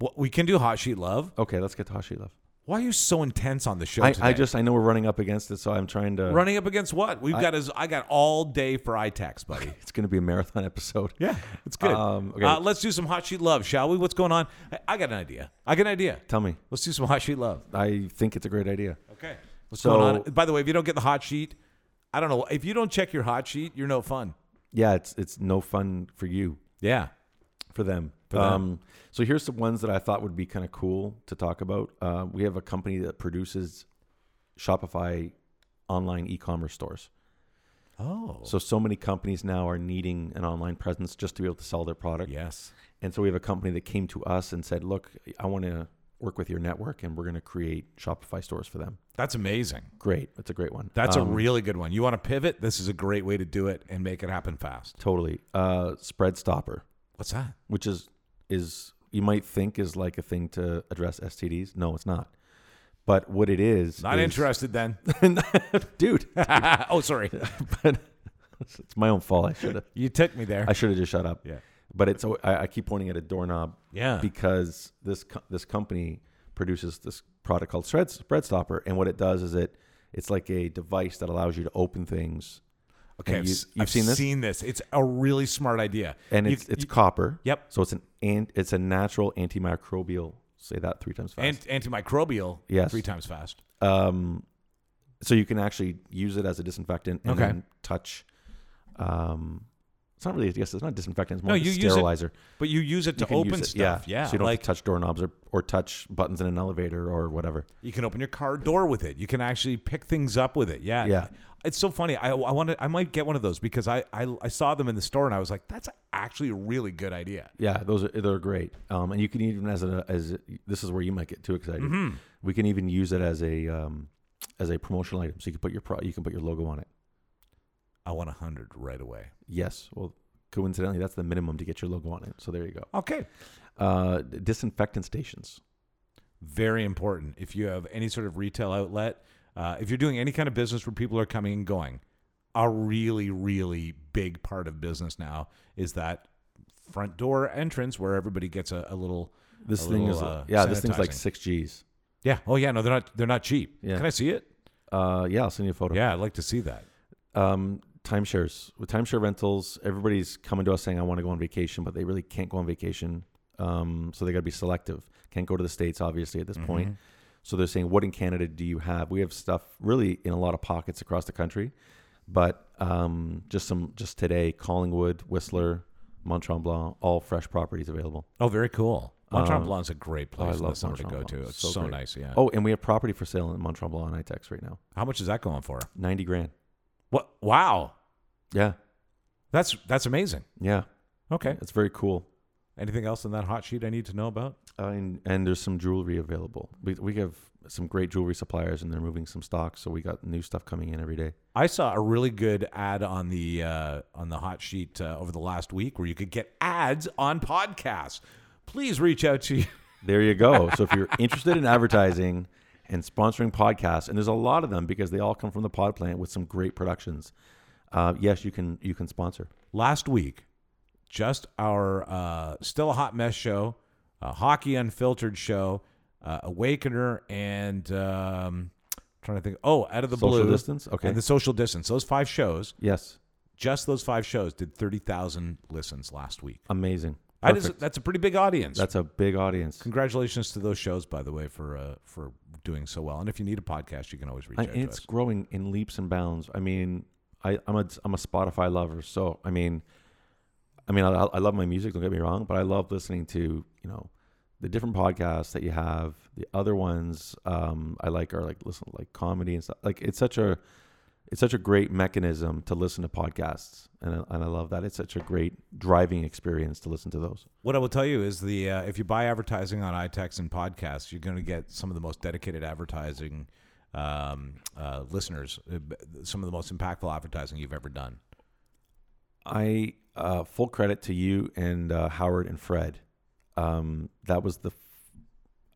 S1: Well, we can do Hot Sheet Love.
S2: Okay, let's get to hot she love.
S1: Why are you so intense on the show
S2: I,
S1: today?
S2: I just I know we're running up against it, so I'm trying to.
S1: running up against what? We've got as I got all day for iTax, buddy.
S2: It's gonna be a marathon episode.
S1: Yeah, it's good.
S2: Um, okay.
S1: uh, let's do some Hot Sheet Love, shall we? What's going on? I, I got an idea. I got an idea.
S2: Tell me.
S1: Let's do some Hot Sheet Love.
S2: I think it's a great idea.
S1: Okay. What's
S2: So-
S1: going on? By the way, if you don't get the hot sheet, I don't know. If you don't check your hot sheet, you're no fun.
S2: Yeah, it's it's no fun for you.
S1: Yeah.
S2: for them.
S1: them.
S2: Um, so here's some ones that I thought would be kind of cool to talk about. Uh, we have a company that produces Shopify online e-commerce stores.
S1: Oh.
S2: So so many companies now are needing an online presence just to be able to sell their product.
S1: Yes.
S2: And so we have a company that came to us and said, "Look, I want to work with your network, and we're going to create Shopify stores for them."
S1: That's amazing.
S2: Great, that's a great one.
S1: That's
S2: Um,
S1: a really good one. You want to pivot? This is a great way to do it and make it happen fast.
S2: totally uh, spread stopper,
S1: What's that?
S2: which is is you might think is like a thing to address STDs. No, it's not. But what it is,
S1: Not
S2: is,
S1: interested then.
S2: dude.
S1: oh, sorry.
S2: but it's my own fault. I should have.
S1: You took me there.
S2: I should have just shut up.
S1: Yeah.
S2: But it's. I, I keep pointing at a doorknob
S1: Yeah.
S2: because this co- this company produces this product called Spread Spread Stopper, and what it does is it it's like a device that allows you to open things.
S1: okay.
S2: and
S1: I've
S2: you-
S1: s-
S2: you've
S1: I've
S2: seen this?
S1: this. It's a really smart idea.
S2: And
S1: You-
S2: it's it's copper.
S1: Yep.
S2: So it's an, an it's a natural antimicrobial. Say that three times fast.
S1: and antimicrobial
S2: Yes.
S1: three times fast.
S2: um, so you can actually use it as a disinfectant and
S1: Okay.
S2: then touch. Um, it's not really. I guess it's not disinfectant. It's more
S1: No,
S2: like
S1: you
S2: a
S1: use it
S2: sterilizer.
S1: But you use it to
S2: You can use
S1: open
S2: it,
S1: stuff. Yeah.
S2: so you don't
S1: like
S2: have to touch doorknobs or, or touch buttons in an elevator or whatever.
S1: You can open your car door with it. You can actually pick things up with it. Yeah.
S2: Yeah.
S1: It's so funny. I, I wanted, I might get one of those because I, I, I saw them in the store and I was like, that's actually a really good idea.
S2: Yeah, those are they're great. Um, and you can even as a as a- this is where you might get too excited.
S1: Mm-hmm.
S2: We can even use it as a um, as a promotional item. So you can put your pro, you can put your logo on it.
S1: I want a hundred right away.
S2: Yes. Well, coincidentally, that's the minimum to get your logo on it. So there you go.
S1: Okay.
S2: Uh, disinfectant stations.
S1: Very important. If you have any sort of retail outlet, uh, if you're doing any kind of business where people are coming and going, a really, really big part of business now is that front door entrance where everybody gets a, a little.
S2: This
S1: a
S2: thing
S1: little,
S2: is
S1: uh,
S2: yeah. This thing's like
S1: sanitizing.
S2: six G's.
S1: Yeah. Oh yeah. No, they're not. They're not cheap.
S2: Yeah.
S1: Can I see it?
S2: Uh, yeah, I'll send you a photo.
S1: Yeah, I'd like to see that.
S2: Um, timeshares with timeshare rentals, everybody's coming to us saying I want to go on vacation, but they really can't go on vacation. Um, so they got to be selective. Can't go to the states, obviously, at this
S1: Mm-hmm.
S2: point. So they're saying, what in Canada do you have? We have stuff really in a lot of pockets across the country, but um, just some just today, Collingwood, Whistler, Mont Tremblant, all fresh properties available.
S1: Oh, very cool. Mont Tremblant's a great
S2: Um, oh, I
S1: place in the
S2: love
S1: summer
S2: Mont
S1: to go to.
S2: Tremblant.
S1: It's so,
S2: So great.
S1: nice. Yeah.
S2: Oh, and we have property for sale in Mont Tremblant on ITEX right now,
S1: How much is that going for?
S2: ninety grand.
S1: What? Wow.
S2: Yeah,
S1: That's that's amazing.
S2: yeah,
S1: Okay.
S2: it's very cool.
S1: Anything else in that hot sheet I need to know about?
S2: Uh, and, and there's some jewelry available. We, we have some great jewelry suppliers, and they're moving some stock, so we got new stuff coming in every day.
S1: I saw a really good ad on the uh, on the hot sheet uh, over the last week where you could get ads on podcasts. Please reach out to you.
S2: There you go. So if you're interested in advertising and sponsoring podcasts, and there's a lot of them because they all come from the Pod Plant with some great productions. Uh, yes, you can you can sponsor.
S1: last week, just our uh, still a hot mess show, a hockey unfiltered show, uh, awakener, and um, trying to think. Oh, out of the
S2: Social
S1: blue,
S2: distance? Okay.
S1: and the social distance. Those five shows,
S2: Yes,
S1: just those five shows, did thirty thousand listens last week.
S2: amazing.
S1: That is,
S2: Perfect.
S1: that's a pretty big audience.
S2: That's a big audience.
S1: Congratulations to those shows, by the way, for uh, for doing so well. And if you need a podcast, you can always reach
S2: I-
S1: out
S2: and
S1: to
S2: it's
S1: us.
S2: growing in leaps and bounds. I mean, I, I'm a I'm a Spotify lover, so I mean, I mean, I, I love my music. Don't get me wrong, but I love listening to you know the different podcasts that you have. The other ones um, I like are like listen like comedy and stuff. Like it's such a it's such a great mechanism to listen to podcasts, and I, and I love that. It's such a great driving experience to listen to those.
S1: What I will tell you is the uh, if you buy advertising on iTex and podcasts, you're going to get some of the most dedicated advertising um, uh, listeners, uh, b- some of the most impactful advertising you've ever done.
S2: I uh, full credit to you and uh, Howard and Fred. Um, that was the.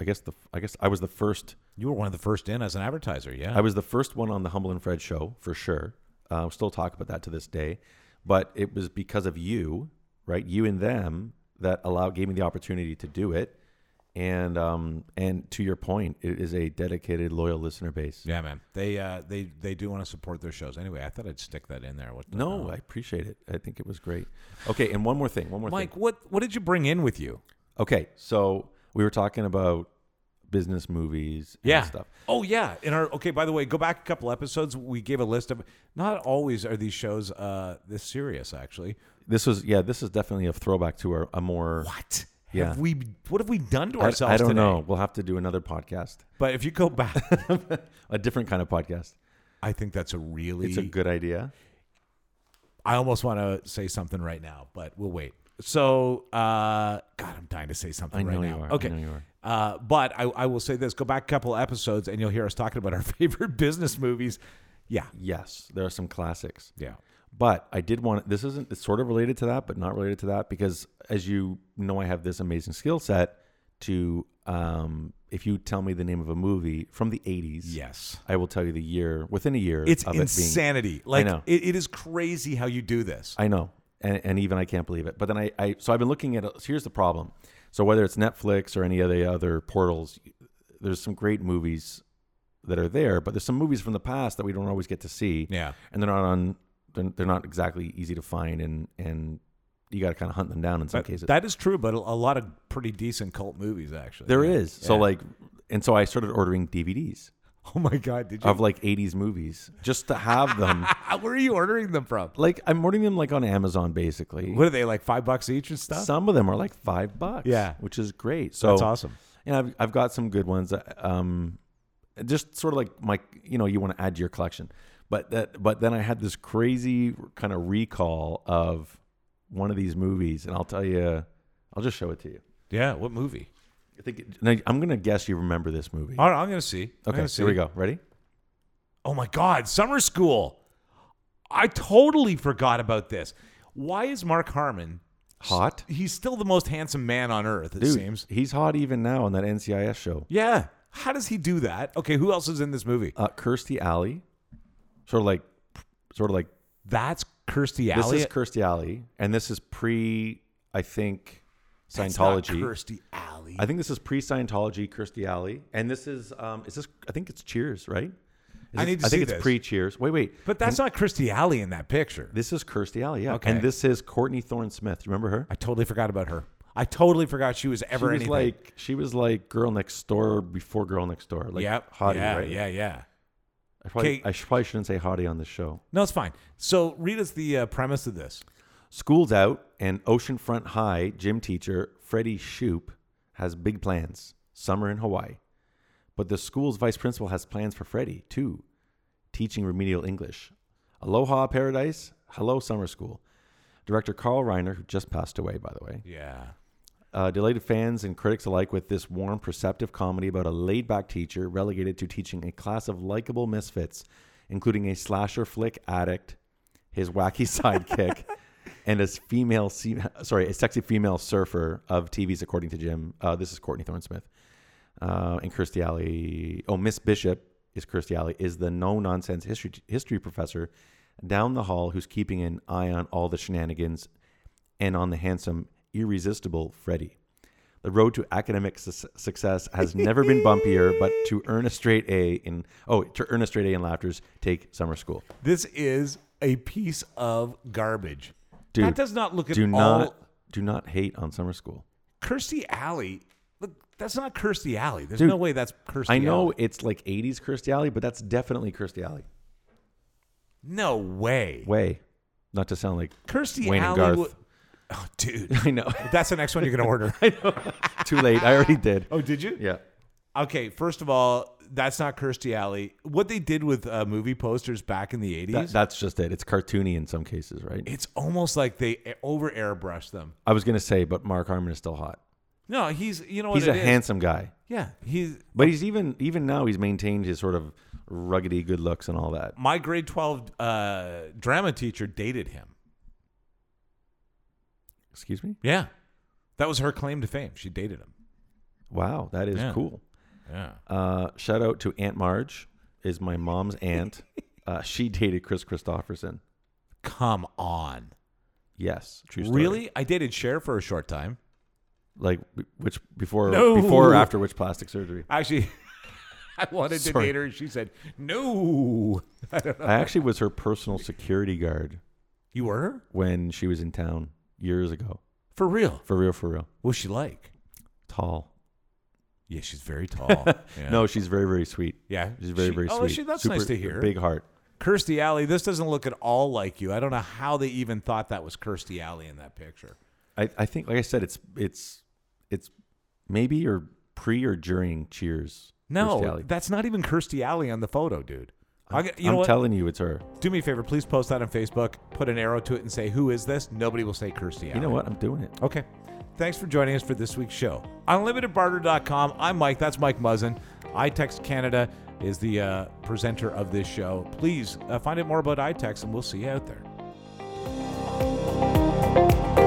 S2: I guess the I guess I was the first.
S1: You were one of the first in as an advertiser, yeah.
S2: I was the first one on the Humble and Fred show for sure. Uh, we still talk about that to this day, but it was because of you, right? You and them that allowed gave me the opportunity to do it. And um and to your point, it is a dedicated loyal listener base.
S1: yeah, man. They uh, they they do want to support their shows. Anyway, I thought I'd stick that in there. What the
S2: No,
S1: hell?
S2: I appreciate it. I think it was great. Okay, and one more thing. One more thing.
S1: Mike, what what did you bring in with you?
S2: Okay, so we were talking about business movies and stuff.
S1: Oh yeah. In our okay, by the way, go back a couple episodes. We gave a list of not always are these shows uh this serious actually.
S2: This was yeah, this is definitely a throwback to a, a more
S1: What?
S2: Yeah.
S1: Have we what have we done to
S2: I,
S1: ourselves
S2: I don't
S1: today?
S2: know. We'll have to do another podcast.
S1: But if you go back,
S2: a different kind of podcast.
S1: I think that's a really
S2: It's a good idea.
S1: I almost want to say something right now, but we'll wait. So, uh, God, I'm dying to say something
S2: I know
S1: right
S2: you
S1: now.
S2: are. I
S1: Okay,
S2: know you are.
S1: Uh, but I, I will say this: go back a couple episodes, and you'll hear us talking about our favorite business movies. Yeah,
S2: Yes, there are some classics.
S1: yeah,
S2: But I did want this isn't it's sort of related to that, but not related to that because as you know, I have this amazing skill set to um, if you tell me the name of a movie from the eighties,
S1: yes.
S2: I will tell you the year within a year.
S1: It's
S2: of It being,
S1: insanity. like
S2: know.
S1: It, it is crazy how you do this.
S2: I know, and, and even I can't believe it. But then I, I, so I've been looking at. uh, So here's the problem. So whether it's Netflix or any of the other portals, there's some great movies that are there, but there's some movies from the past that we don't always get to see.
S1: Yeah.
S2: and they're not on. They're, they're not exactly easy to find, and and you got to kind of hunt them down in some
S1: But
S2: cases.
S1: that is true, but a, a lot of pretty decent cult movies actually.
S2: there is
S1: Yeah.
S2: so
S1: Yeah.
S2: like, and so I started ordering DVDs
S1: oh my god, did you?
S2: of like '80s movies just to have them.
S1: Where are you ordering them from?
S2: like I'm ordering them like on Amazon basically.
S1: What are they like? Five bucks each and stuff.
S2: Some of them are like five bucks.
S1: Yeah.
S2: which is great. So
S1: That's awesome.
S2: And I've I've got some good ones. Um, just sort of like my you know you want to add to your collection, but that but then I had this crazy kind of recall of one of these movies, and I'll tell you, I'll just show it to you.
S1: Yeah. What movie?
S2: I think it, now, I'm gonna guess you remember this movie.
S1: All right, I'm gonna see. I'm
S2: okay,
S1: gonna Oh, see.
S2: here we go. Ready?
S1: Oh my God, summer school. I totally forgot about this. Why is Mark Harmon?
S2: Hot,
S1: He's still the most handsome man on earth, it
S2: dude.
S1: seems.
S2: He's hot even now on that NCIS show.
S1: Yeah. How does he do that? Okay, who else is in this movie?
S2: Uh, Kirstie Alley, sort of like, sort of like
S1: That's Kirstie Alley.
S2: This is Kirstie Alley, and this is pre, I think,
S1: That's not
S2: Scientology.
S1: Kirstie Alley.
S2: I think this is pre Scientology, Kirstie Alley, and this is um, is this? I think it's Cheers, right? Is
S1: I
S2: it-
S1: need to
S2: I think
S1: see
S2: it's
S1: this.
S2: pre Cheers. Wait, wait.
S1: but that's not Kirstie Alley in that picture.
S2: This is Kirstie Alley, yeah.
S1: Okay.
S2: And this is Courtney Thorne Smith. You remember her?
S1: I totally forgot about her. I totally forgot she was
S2: She
S1: ever
S2: was
S1: anything.
S2: like she was like girl next door before girl next door. Like
S1: yep.
S2: hottie,
S1: yeah,
S2: right?
S1: yeah, yeah.
S2: I probably,
S1: Okay.
S2: I sh- probably shouldn't say hottie on this show.
S1: No, it's fine. So read us the uh, premise of this.
S2: School's out, and Oceanfront High gym teacher Freddie Shoup has big plans. Summer in Hawaii. But the school's vice principal has plans for Freddie, too. Teaching remedial English. Aloha, paradise. Hello, summer school. Director Carl Reiner, who just passed away, by the way,
S1: Yeah.
S2: uh, delighted fans and critics alike with this warm, perceptive comedy about a laid back teacher relegated to teaching a class of likable misfits, including a slasher flick addict, his wacky sidekick, and a female, se- sorry, a sexy female surfer of TVs, according to Jim. Uh, this is Courtney Thorne Smith. Uh, and Kirstie Alley. Oh, Miss Bishop is Kirstie Alley, is the no nonsense history, history professor down the hall who's keeping an eye on all the shenanigans and on the handsome, irresistible Freddie. The road to academic su- success has never been bumpier, but to earn a straight A in oh, to earn a straight A in laughters, take summer school.
S1: This is a piece of garbage.
S2: Dude,
S1: that does not look at
S2: Do
S1: all.
S2: not do not hate on summer school.
S1: Kirstie Alley. Look, that's not Kirstie Alley. There's
S2: Dude,
S1: no way that's Kirstie.
S2: I know
S1: Alley.
S2: it's like 80s Kirstie Alley, but that's definitely Kirstie Alley.
S1: No way.
S2: Way, not to sound like
S1: Kirstie
S2: Wayne and
S1: Alley.
S2: Garth.
S1: would- oh, dude.
S2: I know.
S1: That's the next one you're gonna order.
S2: Too late. I already did.
S1: oh, did you?
S2: Yeah.
S1: Okay. First of all, that's not Kirstie Alley. What they did with uh, movie posters back in the
S2: That,
S1: '80s,
S2: that's just it. It's cartoony in some cases, right?
S1: it's almost like they over airbrushed them.
S2: I was gonna say, but Mark Harmon is still hot.
S1: No, he's you know what
S2: He's a
S1: it is.
S2: handsome guy.
S1: Yeah, he's
S2: But he's even even now he's maintained his sort of ruggedy good looks and all that.
S1: my grade twelve uh, drama teacher dated him.
S2: Excuse me?
S1: Yeah. That was her claim to fame. She dated him.
S2: Wow, that is
S1: Yeah.
S2: cool.
S1: Yeah.
S2: Uh, shout out to Aunt Marge, is my mom's aunt. uh, she dated Chris Christopherson.
S1: Come on.
S2: Yes, true story.
S1: Really? I dated Cher for a short time.
S2: Like b- which before
S1: No.
S2: before or after which plastic surgery?
S1: Actually, I wanted to
S2: Sorry.
S1: date her. and She said, no.
S2: I actually was her personal security guard
S1: You were her?
S2: when she was in town years ago.
S1: For real.
S2: For real, for real.
S1: What's she like?
S2: Tall.
S1: Yeah, she's very tall. Yeah.
S2: No, she's very very sweet.
S1: Yeah.
S2: She's very
S1: She-
S2: very sweet.
S1: Oh, she, that's
S2: Super
S1: nice to hear.
S2: Big heart.
S1: Kirstie Alley, this doesn't look at all like you. I don't know how they even thought that was Kirstie Alley in that picture.
S2: I, I think like I said, it's it's it's maybe or pre or during Cheers.
S1: No,
S2: Kirstie Alley.
S1: that's not even Kirstie Alley on the photo, dude. I'll get- you know
S2: I'm
S1: what?
S2: telling you, it's her.
S1: Do me a favor, please post that on Facebook. Put an arrow to it and say, "Who is this?" Nobody will say Kirstie Alley.
S2: You know what? I'm doing it.
S1: Okay. Thanks for joining us for this week's show. UnlimitedBarter.com. I'm Mike. That's Mike Muzzin. iText Canada is the uh, presenter of this show. Please uh, find out more about iText, and we'll see you out there.